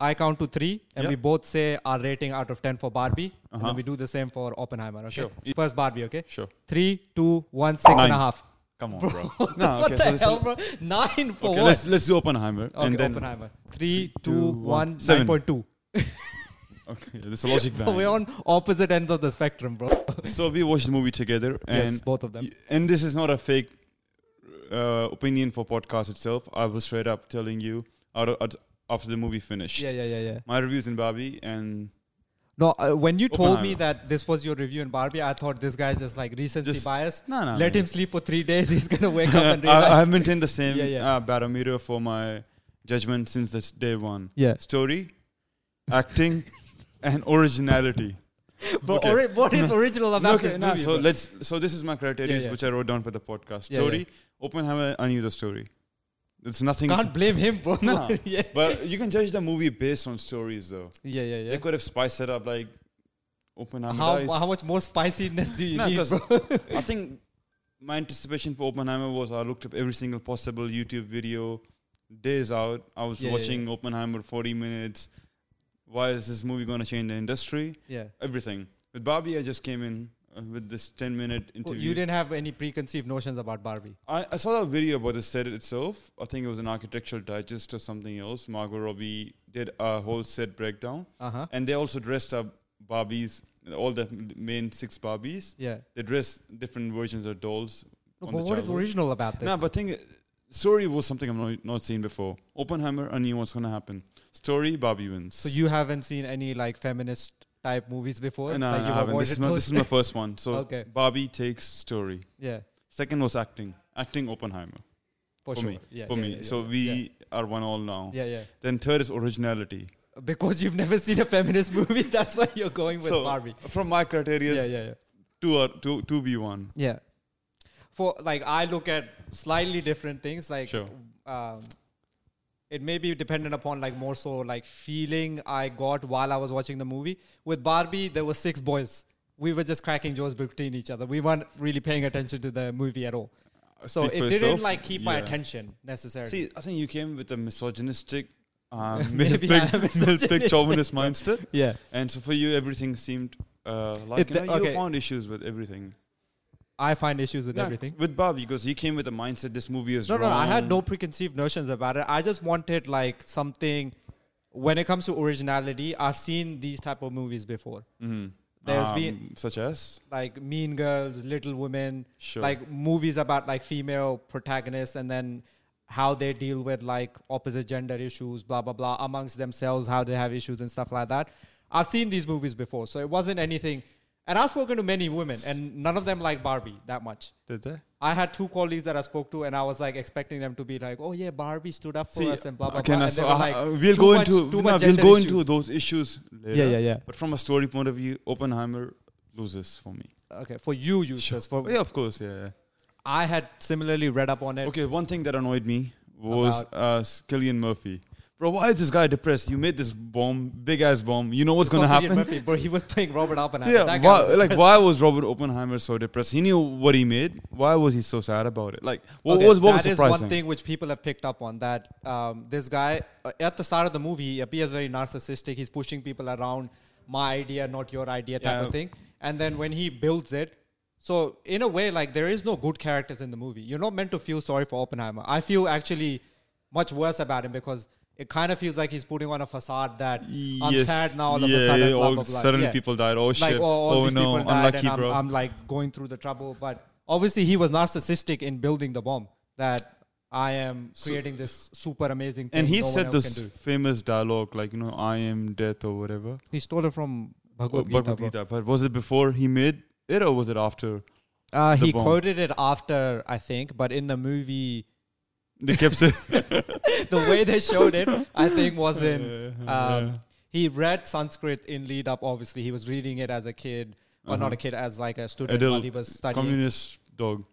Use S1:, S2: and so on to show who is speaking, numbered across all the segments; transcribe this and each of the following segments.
S1: I count to three, and
S2: Yeah. Uh-huh.
S1: we both say our rating out of ten for Barbie, and then we do the same for Oppenheimer. Okay,
S2: Sure. Y-
S1: first Barbie. Okay,
S2: Sure.
S1: Three, two, one, six and a
S2: Nine.
S1: half.
S2: Come on, bro.
S1: No, what the hell, bro? Nine for
S2: Okay,
S1: what?
S2: let's let's do Oppenheimer
S1: okay,
S2: and then
S1: Oppenheimer. Three,
S2: two,
S1: two,
S2: one.
S1: one, nine
S2: Seven.
S1: point two.
S2: okay, there's a logic behind.
S1: We're
S2: it.
S1: on opposite ends of the spectrum, bro.
S2: So we watched the movie together, and
S1: yes, both of them.
S2: y- and this is not a fake uh, opinion for podcast itself. I was straight up telling you out of, out after the movie finished.
S1: Yeah, yeah, yeah, yeah.
S2: My reviews in Barbie and
S1: No, uh, when you told me
S2: Oppenheimer.
S1: that this was your review in Barbie, I thought this guy's just like recency
S2: Just-
S1: bias.
S2: no, no,
S1: Let
S2: no.
S1: him sleep for three days. He's gonna wake up and realize.
S2: I, I have maintained the same
S1: Yeah, yeah.
S2: Uh, barometer for my judgment since this day one.
S1: Yeah.
S2: Story, acting, and originality.
S1: But
S2: Okay.
S1: ori- what is original about
S2: Okay,
S1: this
S2: nah,
S1: movie?
S2: so
S1: bro?
S2: let's. So this is my criteria,
S1: yeah.
S2: which I wrote down for the podcast.
S1: Yeah,
S2: story, Oppenheimer. I knew the story. It's nothing.
S1: Can't blame him, bro.
S2: Nah.
S1: yeah.
S2: but you can judge the movie based on stories, though.
S1: yeah, yeah, yeah.
S2: They could have spiced it up like Oppenheimer.
S1: How,
S2: dies.
S1: how much more spiciness do you
S2: Nah,
S1: need,
S2: 'cause
S1: bro?
S2: I think my anticipation for Oppenheimer was I looked up every single possible YouTube video. Days out, I was
S1: Yeah, yeah,
S2: watching Oppenheimer 40 minutes. Why is this movie going to change the industry?
S1: Yeah.
S2: Everything. With Barbie, I just came in uh, with this 10 minute
S1: Well,
S2: interview.
S1: you didn't have any preconceived notions about Barbie.
S2: I, I saw that video about the set itself. I think it was an architectural digest or something else. Margot Robbie did a whole set breakdown,
S1: Uh huh.
S2: and they also dressed up Barbies, all the main six Barbies.
S1: Yeah.
S2: They dressed different versions of dolls.
S1: No,
S2: on
S1: but
S2: the
S1: what is
S2: childhood.
S1: original about this?
S2: Nah, but thing, story was something I've not, not seen before. Oppenheimer, I knew what's gonna happen. Story, Barbie wins.
S1: so you haven't seen any like feminist type movies before?
S2: No,
S1: like
S2: no,
S1: you
S2: I haven't. uh, This is, my,
S1: those?
S2: this is my first one. So
S1: Okay.
S2: Barbie takes story.
S1: yeah,
S2: Second was acting. Acting Oppenheimer
S1: for,
S2: for
S1: sure.
S2: me.
S1: Yeah,
S2: for
S1: yeah,
S2: me.
S1: yeah, yeah.
S2: so we are one all now.
S1: Yeah, yeah.
S2: Then third is originality.
S1: Because you've never seen a feminist movie, that's why you're going with
S2: so
S1: Barbie.
S2: from my criteria,
S1: Yeah,
S2: yeah,
S1: yeah, yeah.
S2: two are two two v one.
S1: Yeah. For like, I look at slightly different things. Like,
S2: Sure.
S1: um, it may be dependent upon like more so like feeling I got while I was watching the movie. With Barbie, there were six boys. We were just cracking jokes between each other. We weren't really paying attention to the movie at all. So it
S2: Speak for
S1: didn't
S2: yourself.
S1: like keep my
S2: Yeah.
S1: attention necessarily.
S2: See, I think you came with a misogynistic, uh,
S1: Maybe
S2: big,
S1: I am misogynistic.
S2: big chauvinist mindset.
S1: yeah.
S2: And so for you, everything seemed uh, like
S1: It-
S2: you, know,
S1: okay.
S2: you found issues with everything.
S1: I find issues with
S2: Yeah,
S1: everything.
S2: With Bobby, because he came with the mindset this movie is
S1: No,
S2: wrong.
S1: no, I had no preconceived notions about it. I just wanted like something. When it comes to originality, I've seen these type of movies before.
S2: Mhm.
S1: There's
S2: Um,
S1: been
S2: such as
S1: like Mean Girls, Little Women,
S2: sure.
S1: like movies about like female protagonists and then how they deal with like opposite gender issues, blah blah blah, amongst themselves, how they have issues and stuff like that. I've seen these movies before, so it wasn't anything. And I've spoken to many women, and none of them like Barbie that much.
S2: did they?
S1: I had two colleagues that I spoke to, and I was like expecting them to be like, "Oh yeah, Barbie stood up for
S2: See,
S1: us," and blah blah
S2: okay,
S1: blah.
S2: now,
S1: And
S2: so
S1: they were
S2: uh,
S1: like,
S2: uh, we'll
S1: "Too
S2: go
S1: much-
S2: into
S1: too
S2: no,
S1: much
S2: we'll
S1: gender
S2: go
S1: issues."
S2: into those issues later.
S1: yeah, yeah.
S2: But from a story point of view, Oppenheimer loses for me.
S1: Okay, for you, users, for
S2: Oh, Yeah, of course, yeah. yeah.
S1: I had similarly read up on it.
S2: Okay, one thing that annoyed me was uh, Killian Murphy. Bro, why is this guy depressed? You made this bomb, big ass bomb. You know what's
S1: It's
S2: gonna
S1: not Cillian
S2: happen.
S1: Murphy, bro. He was playing Robert Oppenheimer.
S2: Yeah,
S1: That guy
S2: why,
S1: was
S2: like
S1: impressive.
S2: why was Robert Oppenheimer so depressed? He knew what he made. Why was he so sad about it? Like what
S1: Okay,
S2: was what was
S1: that is
S2: surprising?
S1: one thing which people have picked up on that um, this guy uh, at the start of the movie he appears very narcissistic. He's pushing people around my idea, not your idea type of
S2: Yeah.
S1: thing. And then when he builds it, so in a way, like there is no good characters in the movie. You're not meant to feel sorry for Oppenheimer. I feel actually much worse about him because it kind of feels like he's putting on a facade that I'm
S2: Yes,
S1: sad now. All of
S2: yeah,
S1: a sudden,
S2: yeah,
S1: blah,
S2: all
S1: blah, blah.
S2: suddenly
S1: Yeah
S2: people died. Oh
S1: like
S2: shit!
S1: oh, all
S2: oh
S1: these
S2: no,
S1: people died
S2: unlucky,
S1: and I'm,
S2: bro.
S1: I'm like going through the trouble. But obviously, he was narcissistic in building the bomb that I am creating this super amazing. Thing
S2: and he
S1: no one
S2: said
S1: else
S2: this
S1: can do.
S2: famous dialogue, like you know, "I am death" or whatever.
S1: He stole it from
S2: Or
S1: Bhagavad Gita.
S2: Bhagavad
S1: bro.
S2: Gita. But was it before he made it, or was it after?
S1: Uh,
S2: The
S1: he
S2: bomb.
S1: quoted it after I think, but in the movie,
S2: They kept saying,
S1: the way they showed it, I think was in. Um,
S2: Yeah.
S1: He read Sanskrit in lead up. Obviously, he was reading it as a kid, or not
S2: Uh-huh.
S1: a kid, as like a student while
S2: "Adult
S1: he was studying.
S2: communist dog."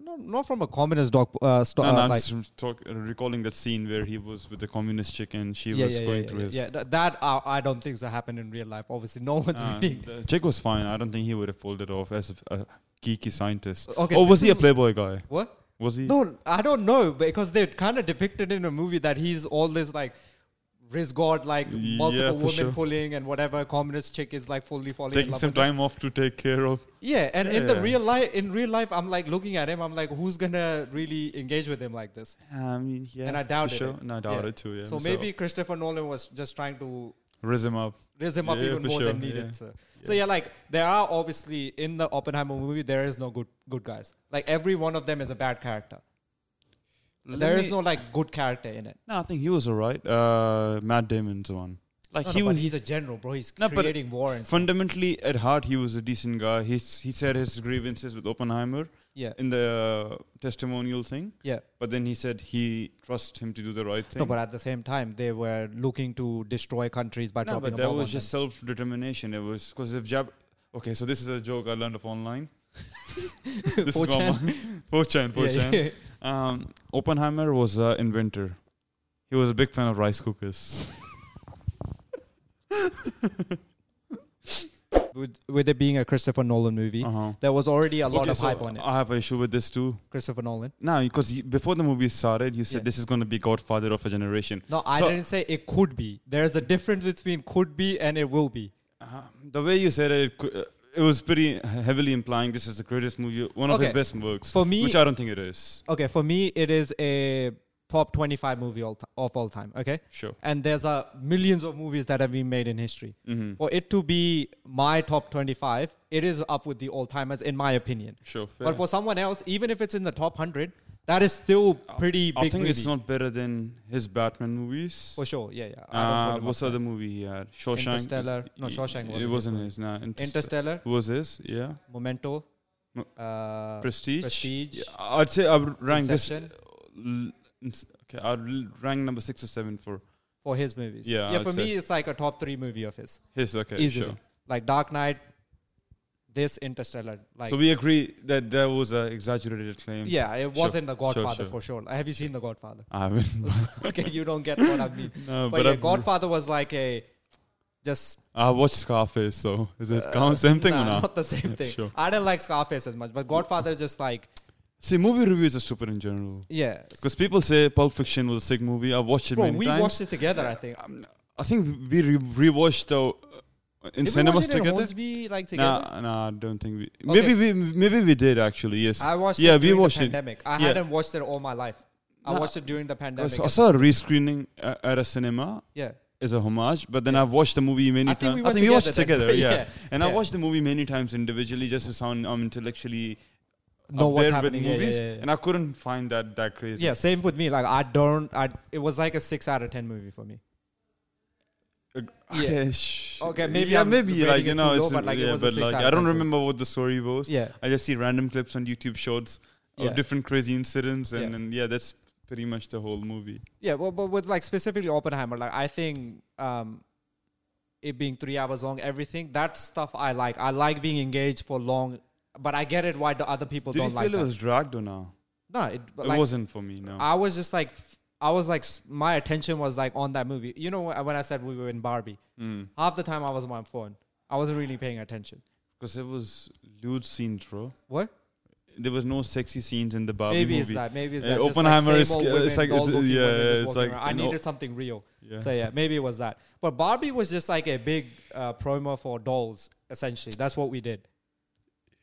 S1: No, not from a communist doc. Uh, sto-
S2: and
S1: uh,
S2: I'm
S1: like,
S2: just talk, recalling that scene where he was with the communist chick and she
S1: yeah,
S2: was
S1: yeah,
S2: going
S1: yeah,
S2: through
S1: yeah,
S2: his.
S1: yeah. Th- that I, I don't think so happened in real life. Obviously, no one's
S2: Uh,
S1: reading.
S2: the Jake was fine. I don't think he would have pulled it off as a, a geeky scientist.
S1: Okay,
S2: or
S1: this
S2: was he a
S1: is-
S2: playboy guy?
S1: What?
S2: Was he?
S1: No, I don't know because they kind of depicted in a movie that he's always like Rizgord, like
S2: Yeah,
S1: multiple
S2: for
S1: women
S2: sure.
S1: pulling and whatever communist chick is like fully falling in
S2: Taking
S1: love
S2: some
S1: with him.
S2: time off to take care of.
S1: Yeah, and in the
S2: Yeah.
S1: real life, in real life, I'm like looking at him. I'm like, who's gonna really engage with him like this?
S2: I mean, yeah.
S1: And I doubted
S2: for sure.
S1: it.
S2: No, I doubt
S1: Yeah.
S2: it too. Yeah.
S1: so maybe Christopher Nolan was just trying to
S2: raise him up.
S1: raise him up
S2: Yeah,
S1: even
S2: for
S1: more than
S2: sure,
S1: needed.
S2: yeah.
S1: So. so yeah, like there are obviously in the Oppenheimer movie, there is no good good guys. Like every one of them is a bad character. there is no like good character in it.
S2: No, I think he was alright. Uh, Matt Damon's one. Like
S1: No,
S2: he
S1: no, but
S2: was
S1: he's a general, bro. He's
S2: No, but
S1: creating war and stuff.
S2: fundamentally at heart he was a decent guy. He s- he said his grievances with Oppenheimer
S1: Yeah,
S2: in the uh, testimonial thing,
S1: yeah.
S2: but then he said he trusts him to do the right thing.
S1: No, but at the same time, they were looking to destroy countries by
S2: No,
S1: dropping
S2: but
S1: a
S2: that
S1: bomb
S2: was
S1: on
S2: just self determination. It was because if Jap. Okay, so this is a joke I learned of online.
S1: them.
S2: This
S1: 4chan.
S2: is from 4chan. 4chan.
S1: Yeah, yeah.
S2: Um, Oppenheimer was an inventor. He was a big fan of rice cookers.
S1: With, with it being a Christopher Nolan movie,
S2: Uh-huh.
S1: there was already a lot
S2: Okay,
S1: of
S2: so uh,
S1: hype on it.
S2: I have an issue with this too.
S1: Christopher Nolan.
S2: Now, because you- before the movie started, you said
S1: Yeah.
S2: this is going to be Godfather of a generation.
S1: No, I
S2: So-
S1: didn't say it could be. There's a difference between could be and it will be.
S2: Uh, the way you said it, it, cou- uh, it was pretty heavily implying this is the greatest movie, one of his
S1: Okay.
S2: best works.
S1: For me-
S2: which I don't think it is.
S1: Okay, for me, it is a top 25 movie all ti- of all time. Okay,
S2: Sure.
S1: and there's a millions of movies that have been made in history.
S2: Mhm.
S1: For it to be my top 25, it is up with the all timers in my opinion.
S2: Sure. fair.
S1: But for someone else, even if it's in the top 100, that is still pretty
S2: I
S1: big.
S2: think it's
S1: movie.
S2: not better than his Batman movies.
S1: for sure. Yeah, yeah. I don't
S2: Uh,
S1: put him
S2: what's
S1: up
S2: the other movie he had? Shawshank.
S1: Interstellar. No,
S2: Y-
S1: Shawshank wasn't
S2: It
S1: his
S2: wasn't
S1: movie.
S2: his. Nah,
S1: there.
S2: Interstellar.
S1: Interstellar,
S2: was his? Yeah.
S1: Memento,
S2: Mo-
S1: uh,
S2: Prestige.
S1: Prestige.
S2: Yeah, I'd say I would rank
S1: Inception.
S2: this. l- Okay, I'd l- rank number six or seven for
S1: for his movies.
S2: Yeah,
S1: yeah.
S2: I'd
S1: For
S2: say.
S1: me, it's like a top three movie of his.
S2: his. Okay,
S1: easily.
S2: sure.
S1: Like Dark Knight, this Interstellar. Like
S2: so we agree that there was an exaggerated claim.
S1: yeah, it wasn't The
S2: sure,
S1: Godfather
S2: sure.
S1: for sure. Like, Have you seen The Godfather?
S2: I haven't.
S1: okay, you don't get what I mean.
S2: No,
S1: But,
S2: but,
S1: yeah,
S2: I've-
S1: Godfather was like a just
S2: I watched Scarface, so is it count same thing
S1: Uh, nah,
S2: or not?
S1: the same thing.
S2: Sure.
S1: I don't like Scarface as much, but Godfather is just like
S2: See, movie reviews are stupid in general.
S1: yeah.
S2: Because people say Pulp Fiction was a sick movie. I've watched it
S1: Bro,
S2: many
S1: we
S2: times.
S1: watched it together. I think.
S2: I think we re- rewatched the uh,
S1: Did
S2: in
S1: we
S2: cinemas
S1: watch it in
S2: together.
S1: Hornsby, like together.
S2: Nah, nah, I don't think we.
S1: Okay,
S2: Maybe
S1: so-
S2: we, maybe we did actually. Yes.
S1: I watched.
S2: Yeah,
S1: it
S2: we
S1: during
S2: watched it.
S1: the pandemic. I
S2: Yeah.
S1: hadn't watched it all my life. I
S2: Nah,
S1: watched it during the
S2: I
S1: pandemic.
S2: saw, I saw a rescreening uh, at a cinema
S1: yeah.
S2: as a homage, but then I've watched the movie many
S1: I think we
S2: times. I
S1: went
S2: think we watched it
S1: together
S2: together,
S1: then.
S2: yeah.
S1: Yeah,
S2: And I
S1: yeah.
S2: watched the movie many times individually just to sound um, intellectually
S1: Know
S2: up
S1: what's
S2: there with
S1: happening. Yeah, yeah,
S2: movies,
S1: yeah, yeah.
S2: and I couldn't find that that crazy.
S1: Yeah, same with me. Like I don't. I it was like a six out of ten movie for me.
S2: Ag-
S1: Yeah.
S2: Okay, sh-
S1: Okay, maybe
S2: yeah,
S1: I'm
S2: maybe
S1: rating
S2: like you
S1: it
S2: know,
S1: too
S2: it's,
S1: low, but, like, it
S2: yeah,
S1: was a
S2: but
S1: six
S2: like
S1: out
S2: I
S1: of
S2: don't
S1: 10.
S2: remember what the story was.
S1: Yeah,
S2: I just see random clips on YouTube shorts of
S1: Yeah.
S2: different crazy incidents, and
S1: Yeah.
S2: then yeah, that's pretty much the whole movie.
S1: yeah. Well, but with like specifically Oppenheimer, like I think um, it being three hours long, everything that stuff I like. I like being engaged for long, but I get it why the other people
S2: Did you
S1: don't
S2: feel
S1: like
S2: it
S1: that.
S2: was dragged or no?
S1: no, it,
S2: It
S1: like,
S2: wasn't for me. No.
S1: I was just like, f- I was like, s- my attention was like on that movie. You know wh- when I said we were in Barbie,
S2: Because
S1: half the time I was on my phone. I wasn't really paying attention.
S2: it was lewd scenes, bro.
S1: What?
S2: There was no sexy scenes in the Barbie
S1: maybe
S2: movie.
S1: it's that. Maybe it's
S2: Uh,
S1: that. just
S2: Oppenheimer
S1: like
S2: is-
S1: same old
S2: uh,
S1: women,
S2: it's like-
S1: dull
S2: it's-
S1: looking
S2: yeah,
S1: women just
S2: it's
S1: walking
S2: like
S1: around. I
S2: an o-
S1: needed something real.
S2: Yeah.
S1: So yeah, maybe it was that. But Barbie was just like a big uh, promo for dolls. Essentially, that's what we did.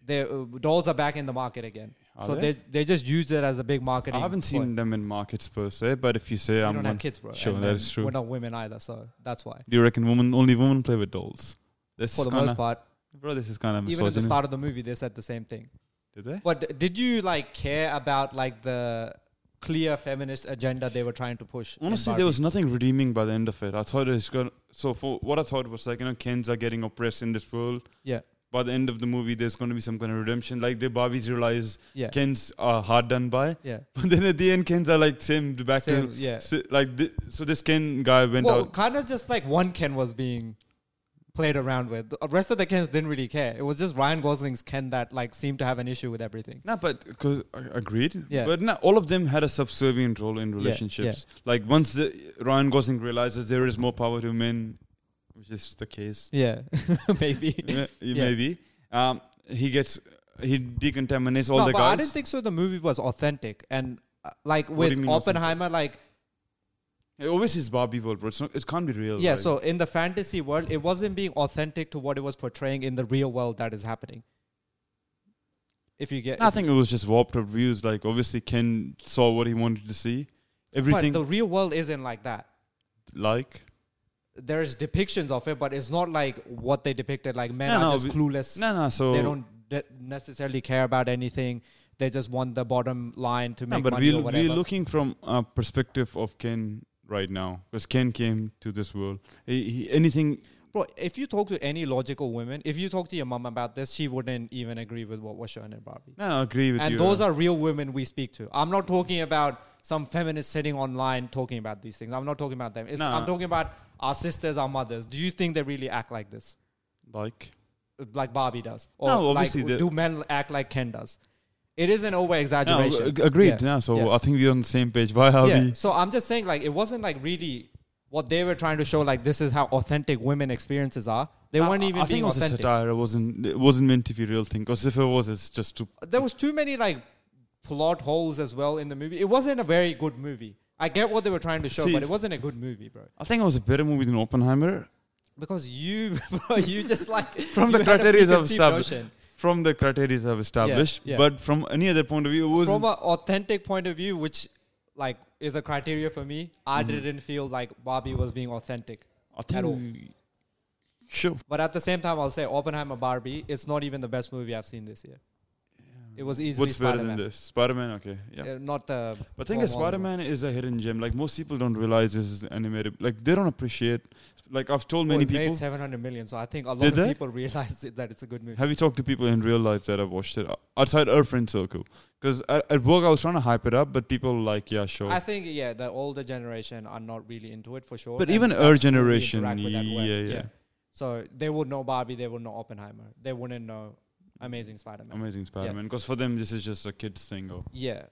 S1: The uh, dolls are back in the market again,
S2: Are
S1: so
S2: they?
S1: they? they just used it as a big marketing.
S2: I haven't
S1: ploy.
S2: seen them in markets per se, but if you say
S1: We
S2: I'm
S1: don't
S2: one,
S1: have kids, bro.
S2: Sure,
S1: and
S2: that
S1: then
S2: is true.
S1: We're not women either, so that's why.
S2: do you reckon women only women play with dolls? This
S1: For
S2: is
S1: the
S2: kind
S1: most
S2: of
S1: part,
S2: bro. This is kind of
S1: even at the
S2: misogyny.
S1: start of the movie, they said the same thing.
S2: Did they?
S1: But d- did you like care about like the clear feminist agenda they were trying to push? in
S2: Honestly, there
S1: Barbie?
S2: was nothing redeeming by the end of it. I thought it's going so for what I thought was like you know kids are getting oppressed in this world.
S1: Yeah.
S2: By the end of the movie, there's going to be some kind of redemption. Like the Barbies realize
S1: yeah,
S2: Kens are hard done by,
S1: yeah.
S2: but then at the end, Kens are like same back
S1: Same,
S2: to
S1: yeah.
S2: si- like thi- so. This Ken guy went
S1: well,
S2: out.
S1: kind of just like one Ken was being played around with. The rest of the Kens didn't really care. It was just Ryan Gosling's Ken that like seemed to have an issue with everything.
S2: No, but 'cause- a- agreed.
S1: Yeah.
S2: But no, all of them had a subservient role in
S1: yeah.
S2: relationships. Like once the, Ryan Gosling realizes there is more power to men, which is the case,
S1: Yeah, maybe.
S2: yeah,
S1: Yeah.
S2: maybe um, he gets he decontaminates all
S1: no,
S2: the
S1: but
S2: guys.
S1: I didn't think so. The movie was authentic and uh, like
S2: do you
S1: with
S2: mean authentic?
S1: Oppenheimer, like
S2: It always is Barbie world, bro. It's not, it can't be real.
S1: yeah
S2: like.
S1: so in the fantasy world it wasn't being authentic to what it was portraying in the real world that is happening if you get
S2: I think it was just warped up views. Like obviously, Ken saw what he wanted to see. Everything
S1: but the real world isn't like that
S2: like
S1: there's depictions of it but it's not like what they depicted like men
S2: No,
S1: are
S2: no,
S1: just
S2: we-
S1: clueless
S2: no, no. So
S1: they don't de- necessarily care about anything they just want the bottom line to
S2: no,
S1: make
S2: but
S1: money
S2: we
S1: or
S2: we're
S1: whatever
S2: looking from a perspective of Ken right now because Ken came to this world. He, he, anything
S1: bro if you talk to any logical woman if you talk to your mom about this she wouldn't even agree with what was shown in barbie
S2: No, no, I agree with
S1: and
S2: you. uh,
S1: those are real women we speak to. I'm not talking about some feminist sitting online talking about these things. I'm not talking about them. It's,
S2: No.
S1: I'm talking about our sisters, our mothers. Do you think they really act like this,
S2: like
S1: like Barbie does, or
S2: No, obviously
S1: like
S2: they-
S1: do men act like Ken does? It is an over
S2: no, uh,
S1: exaggeration.
S2: ag- agreed.
S1: Yeah.
S2: Yeah. so
S1: Yeah.
S2: I think we're on the same page. Why are
S1: Yeah.
S2: we?
S1: So I'm just saying, like, it wasn't like really what they were trying to show. Like, this is how authentic women experiences are. They
S2: I-
S1: weren't
S2: I-
S1: even
S2: I think
S1: being
S2: it was a
S1: authentic.
S2: satire. It wasn't. It wasn't meant to be a real thing. Because if it was, it's just too.
S1: there was too many like plot holes as well in the movie. It wasn't a very good movie. I get what they were trying to show,
S2: See,
S1: but it wasn't a good movie, bro.
S2: I think it was a better movie than Oppenheimer.
S1: Because you, bro, you just like
S2: From
S1: you
S2: the
S1: had a
S2: criteria I've
S1: preconceived
S2: established,
S1: notion.
S2: from the criteria I've established,
S1: yeah.
S2: but from any other point of view, it was.
S1: From an authentic point of view, which like is a criteria for me, I didn't feel like Barbie was being authentic.
S2: I
S1: at all.
S2: think. Sure.
S1: But at the same time, I'll say Oppenheimer, Barbie. It's not even the best movie I've seen this year. It was easily
S2: What's better than
S1: Spider-Man.
S2: this? Spider Man. Okay. Yeah.
S1: Uh, not the.
S2: But I think
S1: more
S2: the Spider
S1: modern one.
S2: Man is a hidden gem. Like most people don't realize this is animated. Like they don't appreciate. Like I've told
S1: Well, Oh,
S2: many
S1: it made
S2: people.
S1: 700 million, so I think a lot
S2: Did
S1: of
S2: they?
S1: people realized it, that it's a good movie.
S2: Have you talked to people in real life that have watched it o- outside our friend circle? Because at, at work I was trying to hype it up, but people were like, yeah, sure.
S1: I think yeah, the older generation are not really into it for sure.
S2: But
S1: and
S2: even
S1: that's
S2: our
S1: who we
S2: generation,
S1: interact with that well,
S2: yeah, yeah.
S1: So they would know Barbie, they would know Oppenheimer, they wouldn't know Amazing Spider-Man.
S2: Amazing Spider Man. Because for them this is just a kids thing. Or
S1: yeah,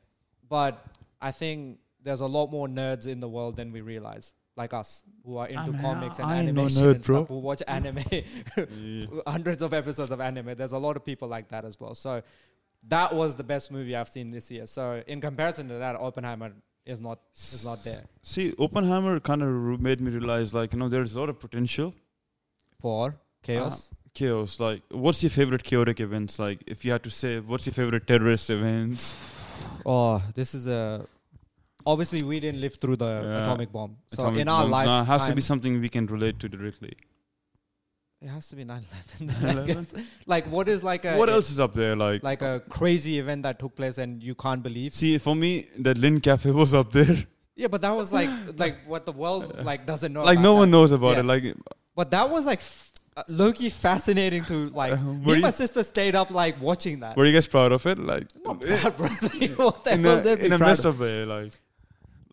S1: but I think there's a lot more nerds in the world than we realize, like us who are into
S2: I mean,
S1: comics and
S2: I ain't no
S1: animation
S2: nerd,
S1: and
S2: bro.
S1: stuff, who watch anime,
S2: Yeah.
S1: hundreds of episodes of anime. There's a lot of people like that as well. So that was the best movie I've seen this year. So in comparison to that, Oppenheimer is not is not there
S2: See, Oppenheimer kind of made me realize, like you know, there's a lot of potential.
S1: for chaos.
S2: Chaos. Like, what's your favorite chaotic events? Like, if you had to say, what's your favorite terrorist events? Uh-huh.
S1: Oh, this is a. Obviously, we didn't live through the
S2: Yeah.
S1: atomic bomb. So
S2: Atomic
S1: in our
S2: bombs.
S1: life,
S2: Nah, it has to be something we can relate to directly.
S1: it has to be 9/11. I guess. like what is like a
S2: what else is up there? Like,
S1: Like a crazy event that took place and you can't believe.
S2: see, for me, that Lynn Cafe was up there.
S1: Yeah, but that was like like what the world like doesn't know.
S2: like,
S1: about
S2: no
S1: that.
S2: one knows about
S1: Yeah.
S2: it. Like,
S1: But that was like f- uh, Loki fascinating to like.
S2: Uh,
S1: me
S2: were
S1: and my
S2: you-
S1: sister stayed up like watching that.
S2: were you guys proud of it? Like,
S1: Not proud, bro. Like, what the
S2: in
S1: hell
S2: a,
S1: they'd be
S2: in a
S1: proud
S2: messed
S1: of?
S2: up way, like,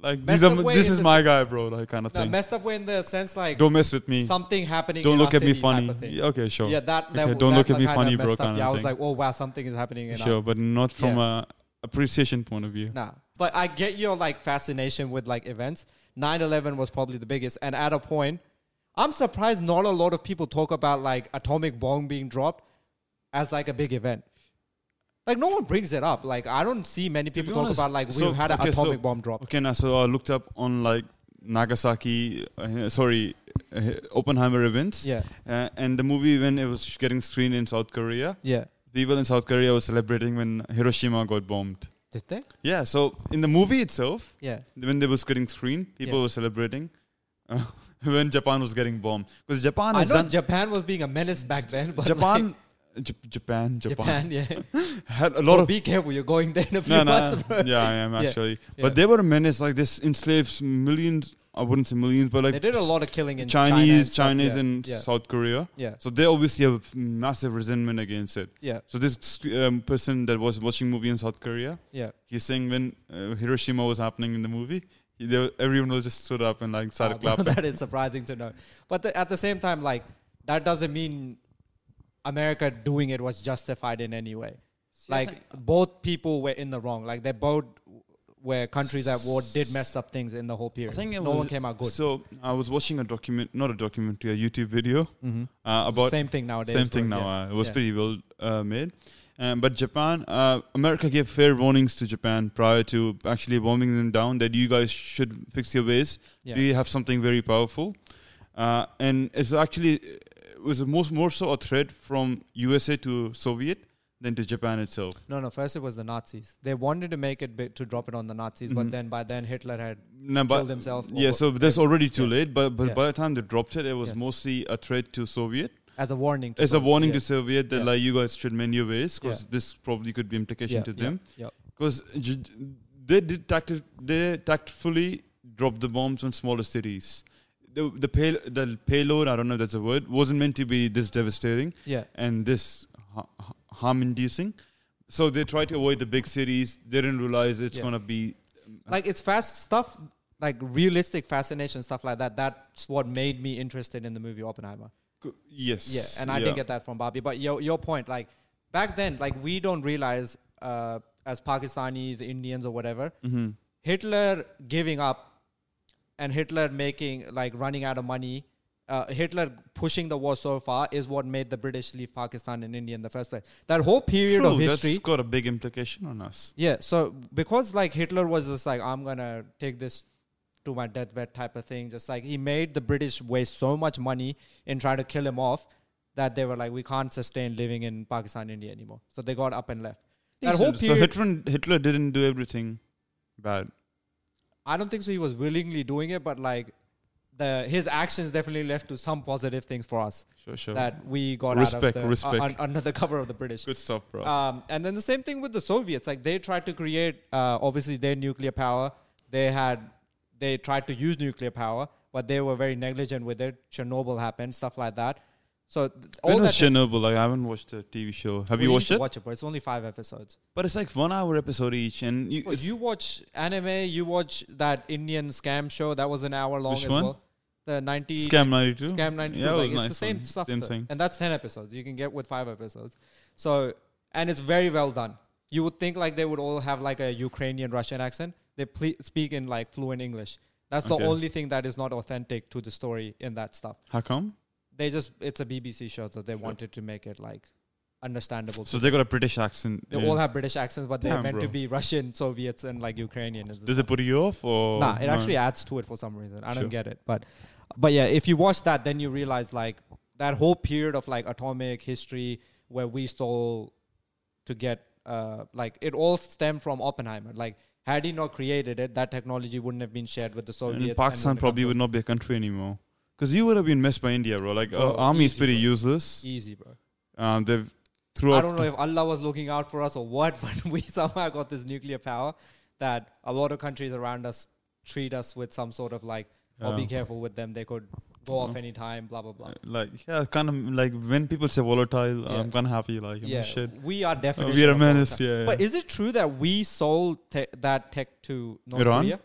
S2: like
S1: Messed
S2: these are,
S1: up
S2: m-
S1: way
S2: this
S1: in
S2: is
S1: the
S2: my guy, bro. Like, kind of
S1: No,
S2: thing.
S1: messed up way in the sense like
S2: Don't mess with me.
S1: something happening.
S2: Don't
S1: in
S2: look
S1: our
S2: at me
S1: city type
S2: funny.
S1: of thing.
S2: Yeah, okay, sure.
S1: Yeah, that. that
S2: Okay,
S1: w-
S2: don't
S1: that
S2: look at me
S1: kinda
S2: funny,
S1: messed
S2: bro,
S1: up.
S2: kinda
S1: Yeah, I was
S2: thing.
S1: like, oh wow, something is happening. In
S2: sure,
S1: sure.
S2: but not from a appreciation point of view.
S1: Nah, but I get your like fascination with like events. 9/11 was probably the biggest, and at a point, I'm surprised not a lot of people talk about like atomic bomb being dropped as like a big event. Like no one brings it up. Like I don't see many people
S2: be
S1: talk
S2: honest,
S1: about like we've
S2: so-
S1: had an
S2: okay, so-
S1: atomic bomb drop.
S2: Okay, now so I looked up on like Nagasaki, uh, sorry, uh, Oppenheimer events.
S1: Yeah,
S2: Uh, and the movie when it was getting screened in South Korea,
S1: yeah.
S2: people in South Korea were celebrating when Hiroshima got bombed.
S1: Did they?
S2: Yeah, so in the movie itself,
S1: Yeah.
S2: when they was getting screened, people
S1: Yeah.
S2: were celebrating uh, when Japan was getting bombed because Japan
S1: I
S2: is
S1: know
S2: done-
S1: Japan was being a menace back then, but
S2: Japan,
S1: like,
S2: Jap- Japan, Japan,
S1: Japan, yeah.
S2: had a lot
S1: Bro,
S2: of
S1: be careful, you're going there in a few
S2: no, no,
S1: months. bro.
S2: yeah, I am
S1: Yeah,
S2: actually,
S1: yeah.
S2: but they were a menace. Like this enslaves millions. I wouldn't say millions, but like
S1: they did a lot of killing in China
S2: Chinese,
S1: stuff,
S2: Chinese,
S1: yeah,
S2: and
S1: yeah,
S2: South Korea.
S1: yeah,
S2: So they obviously have massive resentment against it.
S1: yeah,
S2: So this um, person that was watching movie in South Korea,
S1: yeah.
S2: he's saying when uh, Hiroshima was happening in the movie, he, they, were- everyone was just stood up and like started
S1: Ah, well,
S2: clapping.
S1: that is surprising to know. But the, at the same time, like that doesn't mean America doing it was justified in any way. like
S2: uh,
S1: both people were in the wrong. Like they both were countries at war did messed up things in the whole period.
S2: think it
S1: no one
S2: was-
S1: came out good.
S2: So I was watching a document, not a documentary, a YouTube video uh, about
S1: Mm-hmm. same thing nowadays.
S2: same thing
S1: bro,
S2: now.
S1: yeah.
S2: Uh, it was
S1: Yeah.
S2: pretty well uh, made, Um, but Japan, uh, America gave fair warnings to Japan prior to actually bombing them down that you guys should fix your ways.
S1: Yeah.
S2: We have something very powerful, uh, and it's actually it was most more so a threat from USA to Soviet than to Japan itself.
S1: No, no. First, it was the Nazis. They wanted to make it big, to drop it on the Nazis,
S2: Mm-hmm.
S1: but then by then Hitler had
S2: No,
S1: killed himself. or
S2: Yeah,
S1: what-
S2: so that's already too
S1: yeah.
S2: late. But but
S1: Yeah.
S2: by the time they dropped it, it was
S1: Yeah.
S2: mostly a threat to Soviet.
S1: as a warning. To
S2: It's a
S1: Soviet-
S2: warning
S1: yeah,
S2: to Soviet that
S1: Yeah.
S2: like you guys should mend your ways because
S1: Yeah.
S2: this probably could be implication
S1: yeah,
S2: to
S1: yeah,
S2: them.
S1: Yeah,
S2: Because they did tacti- they tactfully dropped the bombs on smaller cities. The the pay- the payload I don't know if that's a word wasn't meant to be this devastating
S1: yeah.
S2: and this ha- ha- harm inducing. So they tried to avoid the big cities. They didn't realize it's
S1: Yeah.
S2: gonna be
S1: Like it's fast stuff, like realistic fascination stuff like that. That's what made me interested in the movie Oppenheimer.
S2: co- yes.
S1: Yeah, and I
S2: yeah.
S1: didn't get that from Bobby. But your your point, like back then, like we don't realize uh, as Pakistanis, Indians, or whatever,
S2: Mm-hmm.
S1: Hitler giving up and Hitler making like running out of money. Uh, Hitler pushing the war so far is what made the British leave Pakistan and India in the first place. That whole period
S2: True,
S1: of history,
S2: that's got a big implication on us.
S1: yeah. So because like Hitler was just like I'm gonna take this to my deathbed type of thing, just like he made the British waste so much money in trying to kill him off that they were like we can't sustain living in Pakistan, India anymore. So they got up and left. That whole
S2: so
S1: period,
S2: Hitler, Hitler didn't do everything bad.
S1: I don't think so. He was willingly doing it, but like the his actions definitely left to some positive things for us
S2: Sure, sure.
S1: that we got out
S2: Respect,
S1: of the, uh,
S2: respect.
S1: un- under the cover of the British.
S2: Good stuff, bro.
S1: Um, and then the same thing with the Soviets. Like they tried to create, uh, obviously their nuclear power. They had, they tried to use nuclear power, but they were very negligent with it. Chernobyl happened, stuff like that. So th- all
S2: when
S1: that.
S2: was Chernobyl? Like, I haven't watched the TV show. Have
S1: we
S2: you
S1: need
S2: watched
S1: to
S2: it?
S1: Watch it, but it's only five episodes.
S2: But it's like one hour episode each, and you,
S1: Well,
S2: it's-
S1: you watch anime. You watch that Indian scam show that was an hour long
S2: Which
S1: as
S2: one?
S1: well. The ninety
S2: Scam 92?
S1: Scam 92.
S2: Yeah, it
S1: like,
S2: was
S1: it's
S2: nice
S1: the same
S2: one.
S1: stuff.
S2: Same
S1: though.
S2: thing.
S1: And that's 10 episodes. You can get with five episodes. So, and it's very well done. You would think like they would all have like a Ukrainian Russian accent. They ple- speak in like fluent English. That's the
S2: Okay.
S1: only thing that is not authentic to the story in that stuff.
S2: How come?
S1: They just, it's a BBC show, so they
S2: Sure.
S1: wanted to make it like understandable.
S2: So they got a British accent.
S1: they
S2: yeah.
S1: all have British accents, but they're
S2: Damn,
S1: meant to
S2: bro.
S1: be Russian, Soviets, and like Ukrainian.
S2: Does it put you off or?
S1: nah, it
S2: no?
S1: actually adds to it for some reason. I
S2: Sure.
S1: don't get it, but but yeah, if you watch that, then you realize like that whole period of like atomic history where we stole to get uh like it all stemmed from Oppenheimer. Like had he not created it, that technology wouldn't have been shared with the Soviets.
S2: And
S1: and
S2: Pakistan
S1: wouldn't have
S2: probably
S1: come
S2: would not be a country anymore. Because you would have been messed by India, bro. Like,
S1: Bro,
S2: our army is
S1: easy,
S2: pretty
S1: bro.
S2: useless.
S1: to- easy, bro.
S2: Um, they've
S1: I
S2: throughout.
S1: don't know if Allah was looking out for us or what, but we somehow got this nuclear power that a lot of countries around us treat us with some sort of like, oh, be
S2: Yeah.
S1: careful with them. They could go off anytime, blah, blah, blah.
S2: Like, yeah, kind of like when people say volatile,
S1: Yeah.
S2: I'm kind of happy. Like,
S1: yeah,
S2: yeah. shit. Oh,
S1: we are definitely
S2: we are a menace, yeah,
S1: But
S2: yeah.
S1: is it true that we sold te- that tech to North
S2: Iran?
S1: Korea?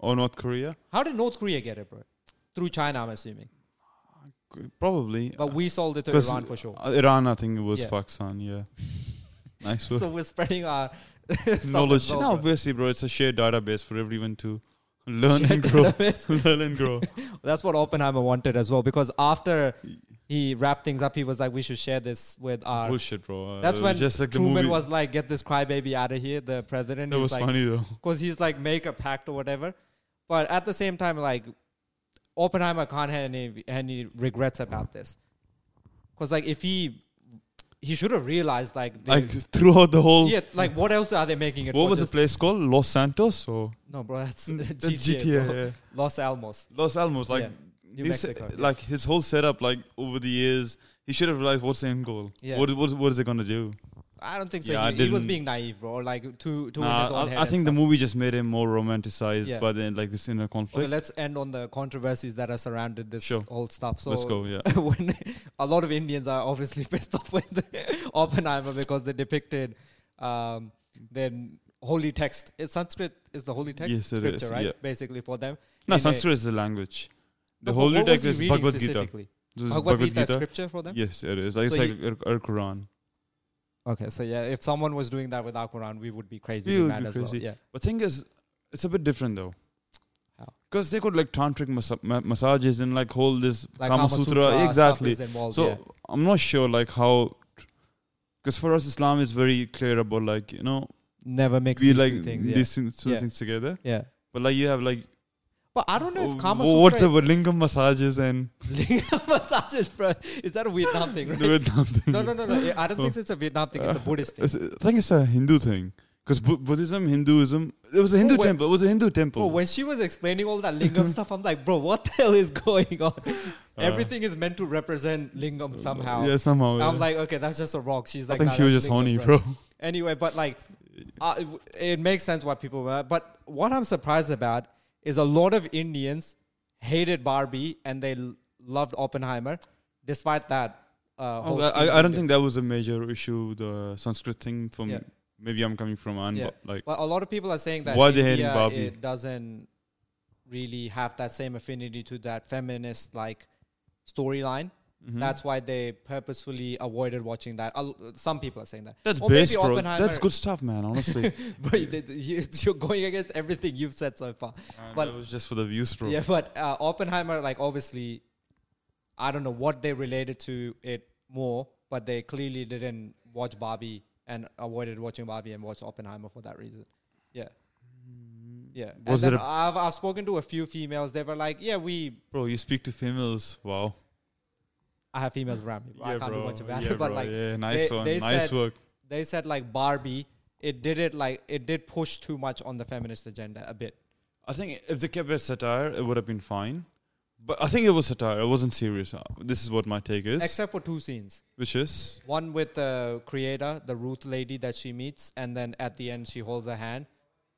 S2: Or North Korea?
S1: How did North Korea get it, bro? Through China, I'm assuming.
S2: Qu- Probably.
S1: But we sold it to
S2: 'Cause,
S1: Iran for sure.
S2: Uh, Iran, I think it was
S1: Yeah.
S2: Pakistan, yeah. nice work.
S1: So we're spreading our stuff as
S2: knowledge.
S1: well,
S2: no,
S1: bro.
S2: obviously, bro, it's a shared database for everyone to learn
S1: Shared
S2: and grow.
S1: database.
S2: learn and grow.
S1: That's what Oppenheimer wanted as well. Because after he wrapped things up, he was like, "We should share this with our."
S2: Bullshit, bro. Uh,
S1: That's when
S2: just like the
S1: Truman
S2: movie.
S1: was like, "Get this crybaby out of here." The president.
S2: That
S1: He's
S2: was
S1: like,
S2: funny though.
S1: because he's like make a pact or whatever. But at the same time, like Oppenheimer can't have any any regrets about this, because like if he he should have realized like they,
S2: Like throughout the whole.
S1: yeah like what else are they making it?
S2: what
S1: for
S2: was the Mm,
S1: just-
S2: place called? Los Santos or
S1: No, bro, that's
S2: That's
S1: GTA,
S2: GTA,
S1: bro.
S2: yeah.
S1: Los Alamos.
S2: Los Alamos? Like,
S1: Yeah, New
S2: he said-
S1: Mexico.
S2: like his whole setup, like over the years, he should have realized what's the end goal.
S1: Yeah.
S2: What, what, what is it gonna do?
S1: I don't think so.
S2: Yeah, I
S1: he, he was
S2: didn't-
S1: being naive, bro. or, Like too too in
S2: Nah,
S1: his own
S2: I,
S1: head.
S2: I
S1: and
S2: think the
S1: stuff.
S2: movie just made him more romanticized
S1: Yeah.
S2: by the like this inner conflict.
S1: Okay, let's end on the controversies that are surrounded this
S2: Sure.
S1: whole stuff. So
S2: Let's go. Yeah.
S1: when a lot of Indians are obviously pissed off with Oppenheimer because they depicted um, their holy text. Is Sanskrit is the holy text
S2: Yes, it
S1: scripture,
S2: is,
S1: right?
S2: yeah.
S1: Basically for them.
S2: No,
S1: In a-
S2: Sanskrit is the language. The
S1: No, but
S2: holy
S1: what was
S2: text
S1: he
S2: is
S1: reading
S2: Bhagavad Gita.
S1: specifically?
S2: This is
S1: Bhagavad Gita
S2: Gita.
S1: scripture for them.
S2: Yes, it is. Like,
S1: So
S2: it's like Al Quran.
S1: Okay, so yeah, if someone was doing that with our Quran, we would be crazy
S2: We would
S1: mad
S2: be
S1: as
S2: crazy.
S1: well. Yeah,
S2: But thing is, it's a bit different though.
S1: How?
S2: Because they got like tantric massa- ma- massages and like whole this
S1: like
S2: Kama, Sutra,
S1: stuff
S2: exactly.
S1: is involved,
S2: So
S1: yeah.
S2: I'm not sure like how, because for us Islam is very clear about like you know
S1: Never mix
S2: we
S1: these
S2: like
S1: two things.
S2: these things, two
S1: Yeah.
S2: things together.
S1: yeah. yeah.
S2: But like you have like
S1: But I don't know if Kama
S2: w- Oh, what's
S1: Sutra
S2: up with lingam massages and
S1: Lingam massages, bro. Is that a Vietnam thing, right?
S2: Vietnam thing.
S1: No, no, no, no. I don't think it's a Vietnam thing. It's a Buddhist thing.
S2: It's- I think it's a Hindu thing because Bu- Buddhism, Hinduism. It was a Hindu
S1: wait.
S2: temple. It was a Hindu
S1: Bro,
S2: temple.
S1: when she was explaining all that lingam stuff, I'm like, bro, what the hell is going on?
S2: Uh,
S1: Everything is meant to represent lingam somehow.
S2: Yeah, somehow.
S1: I'm
S2: yeah.
S1: like, okay, that's just a rock. She's
S2: uh, I
S1: like,
S2: think
S1: "Nah,
S2: she was
S1: that's
S2: just
S1: lingam,
S2: horny,
S1: bro.
S2: bro.
S1: Anyway, but like, uh, it w- it makes sense what people were. But what I'm surprised about is a lot of Indians hated Barbie and they l- loved Oppenheimer. Despite that, uh,
S2: Oh,
S1: whole
S2: I,
S1: scene
S2: I- I don't
S1: with-
S2: think that was a major issue. The Sanskrit thing from
S1: Yeah.
S2: maybe I'm coming from an
S1: Yeah.
S2: like
S1: But a lot of people are saying that
S2: Why they hating
S1: India
S2: Barbie?
S1: it doesn't really have that same affinity to that feminist like storyline.
S2: Hmm? mm-hmm.
S1: That's why they purposefully avoided watching that. Al- Some people are saying that.
S2: that's
S1: Or maybe
S2: base, bro. That's
S1: Oppenheimer-
S2: good stuff, man. Honestly,
S1: but th- th- you- you're going against everything you've said so far.
S2: but
S1: But-
S2: Uh, that was just for the views, bro.
S1: Yeah, but uh, Oppenheimer, like obviously, I don't know what they related to it more, but they clearly didn't watch Barbie and avoided watching Barbie and watched Oppenheimer for that reason. Yeah. Yeah.
S2: Mm. Was
S1: and
S2: it
S1: then I've, I've spoken to a few females. They were like, yeah, we.
S2: Bro, you speak to females. Wow.
S1: I have females around me. but I
S2: Yeah,
S1: can't
S2: bro.
S1: do much about
S2: Yeah,
S1: it. But
S2: bro.
S1: like,
S2: yeah, nice
S1: they-
S2: one.
S1: they
S2: nice
S1: said-
S2: work.
S1: they said like Barbie, it did it like, it did push too much on the feminist agenda a bit.
S2: I think if they kept it satire, it would have been fine. But I think it was satire. It wasn't serious. Uh, This is what my take is,
S1: Except for two scenes.
S2: which is
S1: One with the creator, the Ruth lady that she meets, and then at the end she holds her hand.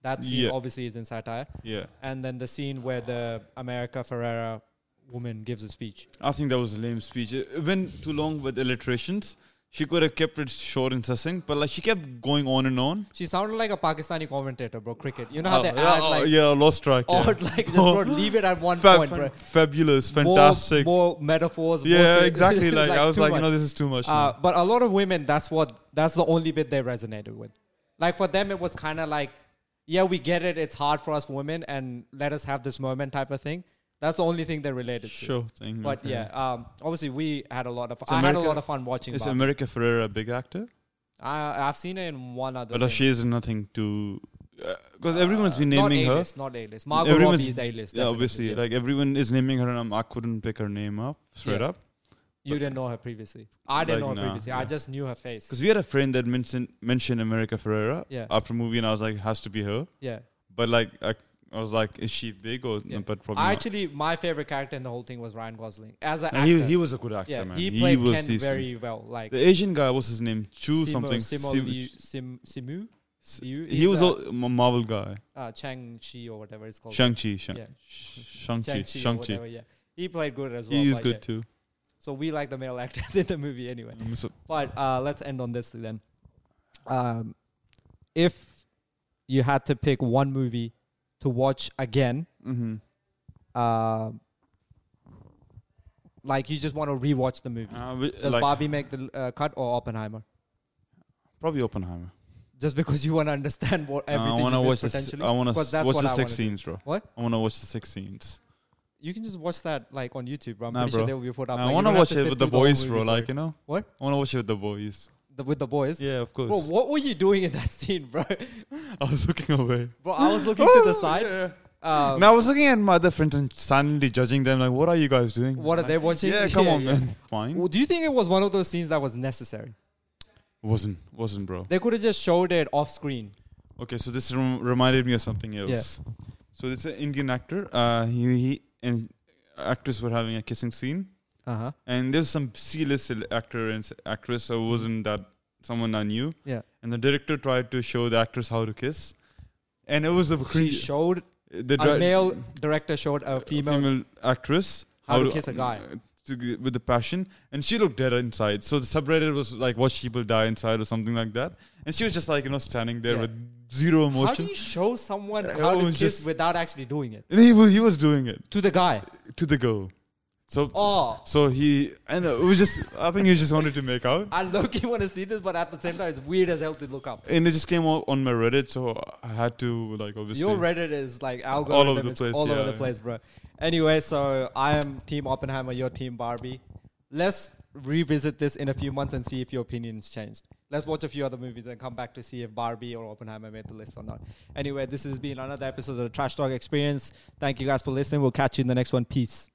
S1: That scene
S2: Yeah.
S1: obviously is in satire.
S2: yeah.
S1: And then the scene where the America Ferrera woman gives a speech.
S2: I think that was a lame speech. It it went too long with alliterations. She could have kept it short and succinct, but like she kept going on and on.
S1: She sounded like a Pakistani commentator, bro. Cricket. You know how they
S2: Oh, yeah,
S1: add like
S2: yeah, I lost track. Yeah.
S1: odd, like just bro, leave it at one
S2: Fab-
S1: point,
S2: fan-
S1: bro.
S2: fabulous, fantastic.
S1: More, more metaphors. more
S2: yeah,
S1: si-
S2: exactly.
S1: it's
S2: Like, I was
S1: too
S2: like,
S1: much.
S2: you know, this is too much.
S1: Uh,
S2: now.
S1: but a lot of women, that's what that's the only bit they resonated with. Like for them, it was kind of like, yeah, we get it. It's hard for us women, and let us have this moment type of thing. That's the only thing they related to.
S2: sure thing.
S1: But
S2: okay.
S1: yeah, um, obviously we had a lot of.
S2: Is
S1: I had a
S2: America-
S1: lot of fun watching.
S2: is
S1: Barbie.
S2: America Ferrera a big actor?
S1: I, I've seen her in one other.
S2: But like,
S1: thing.
S2: she is nothing to, because everyone's been
S1: Uh, not
S2: naming her.
S1: A-list, Not A list. Margot
S2: Everyone's-
S1: Robbie is A list.
S2: Yeah, obviously, like everyone is naming her, and I'm, I couldn't pick her name up straight
S1: Yeah.
S2: up.
S1: you didn't know her previously. I didn't
S2: Like,
S1: know her
S2: nah,
S1: previously. I
S2: yeah.
S1: just knew her face.
S2: Because we had a friend that mentioned mentioned America Ferrera
S1: Yeah.
S2: after movie, and I was like, has to be her.
S1: Yeah.
S2: But like, I, I was like, is she big or?
S1: Yeah.
S2: But probably.
S1: I
S2: not.
S1: actually, my favorite character in the whole thing was Ryan Gosling as an
S2: And
S1: actor.
S2: he, he was a good actor,
S1: yeah,
S2: man.
S1: he played
S2: was
S1: Ken
S2: decent.
S1: very well. Like
S2: The Asian guy, what's his name? Chu
S1: Simo-
S2: something.
S1: Simo
S2: Sim-
S1: Liu- Sim, Simu,
S2: S-
S1: Liu
S2: he
S1: is,
S2: was
S1: uh,
S2: a Ma- Marvel guy.
S1: uh, Chang Chi or whatever it's called.
S2: Shang Chi, Shang
S1: Yeah.
S2: Shang Chi,
S1: Shang-Chi or
S2: Shang Chi.
S1: whatever, Yeah, he played good as well.
S2: He is
S1: but
S2: good
S1: yeah.
S2: too.
S1: So we like the male actors in the movie anyway.
S2: Um, so-
S1: But uh, let's end on this then. Um, if you had to pick one movie to watch again,
S2: mhm.
S1: uh, like you just want to rewatch the movie,
S2: Uh, we-
S1: does
S2: like,
S1: Barbie make the uh, cut or Oppenheimer?
S2: probably Oppenheimer.
S1: Just because you want to understand what
S2: Uh,
S1: everything
S2: I want to
S1: you
S2: watch um,
S1: missed
S2: the. s-
S1: potentially.
S2: I want to
S1: 'Cause that's
S2: watch
S1: what
S2: the
S1: I
S2: six
S1: wanna do.
S2: scenes, bro.
S1: What?
S2: I want to watch the six scenes.
S1: You can just watch that like on YouTube, bro. I'm
S2: Nah,
S1: pretty sure
S2: bro.
S1: they will be put up.
S2: I
S1: Like, you
S2: want to
S1: don't have
S2: watch
S1: sit
S2: it with the
S1: through whole
S2: boys,
S1: movie
S2: bro.
S1: for
S2: Like
S1: it.
S2: you know,
S1: What?
S2: I want to watch it with the boys.
S1: The- with the boys.
S2: Yeah, of
S1: Bro,
S2: course.
S1: what were you doing in that scene, bro?
S2: I was looking away.
S1: bro, I was looking to the side.
S2: Yeah.
S1: Um,
S2: and I was looking at my other friends and silently judging them, like, what are you guys doing?
S1: What are they watching?
S2: Yeah, come on,
S1: yeah.
S2: man. Fine.
S1: Well, do you think it was one of those scenes that was necessary?
S2: Wasn't, wasn't, bro.
S1: They could have just showed it off screen.
S2: Okay, so this rem- reminded me of something else. So this is an Indian actor. Uh, he, he and actors were having a kissing scene,
S1: Uh huh.
S2: and there's some C-list cele- actor and s- actress. So it wasn't that someone I knew.
S1: Yeah.
S2: And the director tried to show the actress how to kiss, and it was a
S1: She
S2: cre-
S1: showed
S2: the
S1: a
S2: dir-
S1: male director showed a
S2: a
S1: female.
S2: actress uh,
S1: How to kiss a guy.
S2: to g- with the passion, and she looked dead inside. So the subreddit was like, "Watch people die inside" or something like that, and she was just like you know standing there
S1: Yeah.
S2: with zero
S1: how do
S2: emotion.
S1: you show someone
S2: Uh,
S1: how
S2: it
S1: to
S2: was
S1: kiss
S2: just-
S1: without actually doing it
S2: and he was he was doing it
S1: to the guy?
S2: to the girl. So
S1: Oh.
S2: so he and it was just I think he just wanted to make out,
S1: I low-key want to see this, but at the same time, it's weird as hell to look up.
S2: and it just came out on my Reddit, so I had to like obviously.
S1: Your Reddit is like algorithm
S2: over the
S1: is
S2: place,
S1: all over
S2: yeah,
S1: the
S2: yeah.
S1: place, bro. Anyway, so I am Team Oppenheimer, your Team Barbie. Let's revisit this in a few months and see if your opinion's changed. Let's watch a few other movies and come back to see if Barbie or Oppenheimer made the list or not. Anyway, this has been another episode of the Trash Talk Experience. Thank you guys for listening. We'll catch you in the next one. Peace.